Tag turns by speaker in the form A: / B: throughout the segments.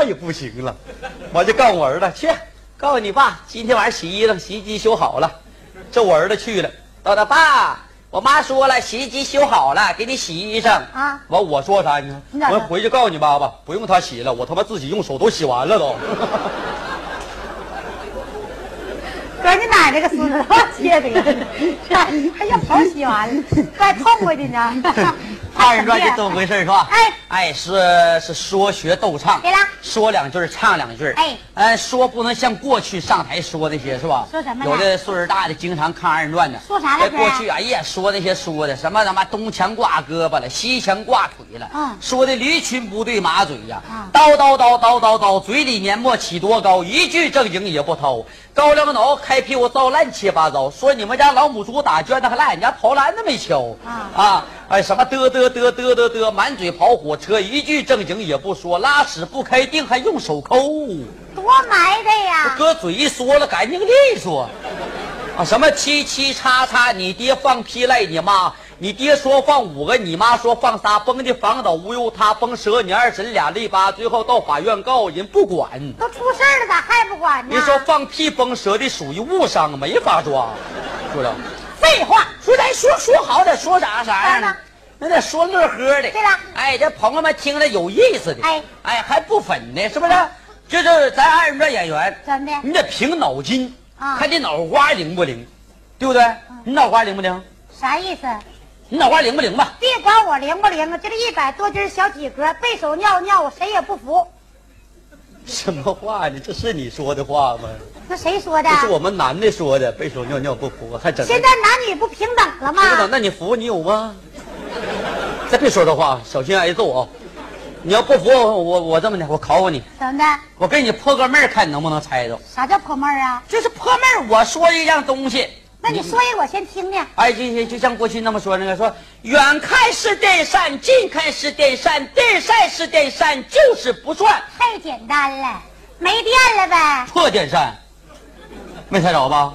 A: 那也不行了，我就告诉我儿子去，告诉你爸，今天晚上洗衣裳，洗衣机修好了。这我儿子去了，到他爸，我妈说了，洗衣机修好了，给你洗衣裳
B: 啊
A: 完我说啥？你
B: 你
A: 看，
B: 咋
A: 我
B: 说
A: 回去告诉你爸爸，不用他洗了，我他妈自己用手都洗完了都。
B: 搁你奶奶个孙子，我接哎的，还要跑洗完了，怪痛快的 呢。
A: 二人转就这么回事儿是吧？
B: 哎
A: 哎，是是说学逗唱，
B: 对了
A: 说两句儿唱两句儿，
B: 哎
A: 呃，说不能像过去上台说那些是吧？
B: 说什么呢
A: 有的岁数大的经常看二人转的，
B: 说啥来
A: 哎
B: 着
A: 过去哎呀，说那些说的什么他妈东墙挂胳膊了，西墙挂腿了，
B: 嗯
A: 说的驴群不对马嘴呀、
B: 嗯
A: 叨叨叨叨叨叨，嘴里年末起多高，一句正经也不掏，高粱脑开屁股造烂七八糟，说你们家老母猪打圈子还赖俺家跑篮子没敲
B: 啊
A: 啊！哎，什么嘚嘚嘚嘚嘚嘚，满嘴跑火车，一句正经也不说，拉屎不开腚还用手抠，
B: 多埋汰呀！
A: 搁嘴一说了干净利索。啊，什么七七叉叉，你爹放屁赖你妈，你爹说放五个，你妈说放仨，崩的房倒屋又塌，崩折你二婶俩肋巴，最后到法院告人不管。
B: 都出事儿了，咋还不管呢？
A: 您说放屁崩折的属于误伤，没法抓，处长。
B: 废话，
A: 说咱说说好点，说啥啥样
B: 当然
A: 的
B: 了，
A: 那得说乐呵的。
B: 对了
A: 哎，这朋友们听着有意思的，
B: 哎啊
A: 哎，还不分呢，是不是？就是咱二人转演员，
B: 怎的
A: 你得凭脑筋，
B: 哎啊
A: 看你脑瓜灵不灵，对不对？你脑瓜灵不灵？
B: 啥意思？
A: 你脑瓜灵不灵吧？
B: 别管我灵不灵啊，就这一百多斤小体格，背手尿尿，我谁也不服。
A: 什么话呢？这是你说的话吗？
B: 那谁说的
A: 这？是我们男的说的，背手尿尿不服，还整
B: 啊现在男女不平等了吗？
A: 不等，那你服你有吗？再别说这话，小心挨揍啊！你要不服我，我我这么的，我考考你，
B: 怎么的？
A: 我给你破个闷儿，看你能不能猜着。
B: 啥叫破闷儿啊？
A: 就是破闷儿，我说一样东西，
B: 那你说一个我先听听。
A: 哎，就就就像过去那么说那个，说远看是电扇，近看是电扇，电扇是电扇，就是不转
B: 太简单了，没电了呗？
A: 破电扇，没猜着吧？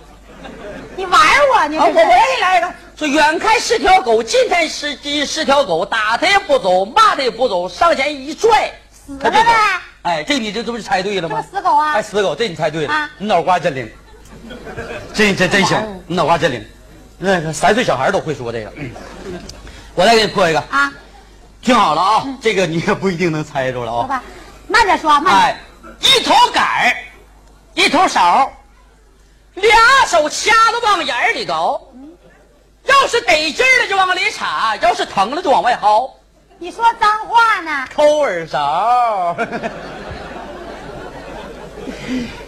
B: 你玩我呢？
A: 啊，我
B: 这
A: 我
B: 是
A: 也来一个。说远看是条狗，近看是鸡是条狗，打它也不走，骂它也不走，上前一拽，
B: 死
A: 它
B: 了
A: 就走
B: 呗？
A: 哎，这你这这不是猜对了
B: 这不
A: 吗？
B: 死狗啊
A: 哎，？死狗，这你猜对了
B: 啊，嗯哦
A: 你脑瓜真灵，真真真行，你脑瓜真灵，那个三岁小孩都会说这个。嗯我再给你破一个，
B: 啊，
A: 听好了
B: 嗯
A: 啊，这个你也不一定能猜着了
B: 好
A: 啊。
B: 吧，慢点说，慢点。
A: 哎，一头杆儿，一头勺，俩手掐着往眼儿里搞，要是得劲儿了就往里插，要是疼了就往外薅，
B: 你说脏话呢？
A: 抠耳勺。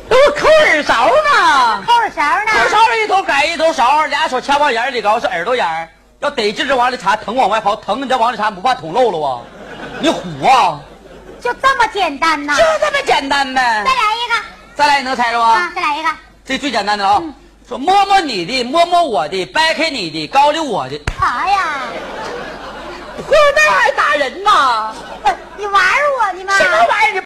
A: 那我抠耳勺呢？
B: 抠耳勺呢
A: 抠？勺一头改一头勺，俩手掐往眼里搞是耳朵眼儿，要得劲儿往里插，疼往外刨，疼你再往里插，你不怕捅漏了啊？你虎啊？
B: 就这么简单呢
A: 就？这么简单呗
B: 再。来一个
A: 再来，你能猜着吗
B: 啊！？再来一个，
A: 这最简单的啊、说摸摸你的，摸摸我的，掰开你的，高溜我的，
B: 啥哎呀？
A: 破那还打人呐？
B: 不是，你玩我呢吗？
A: 什么玩意儿？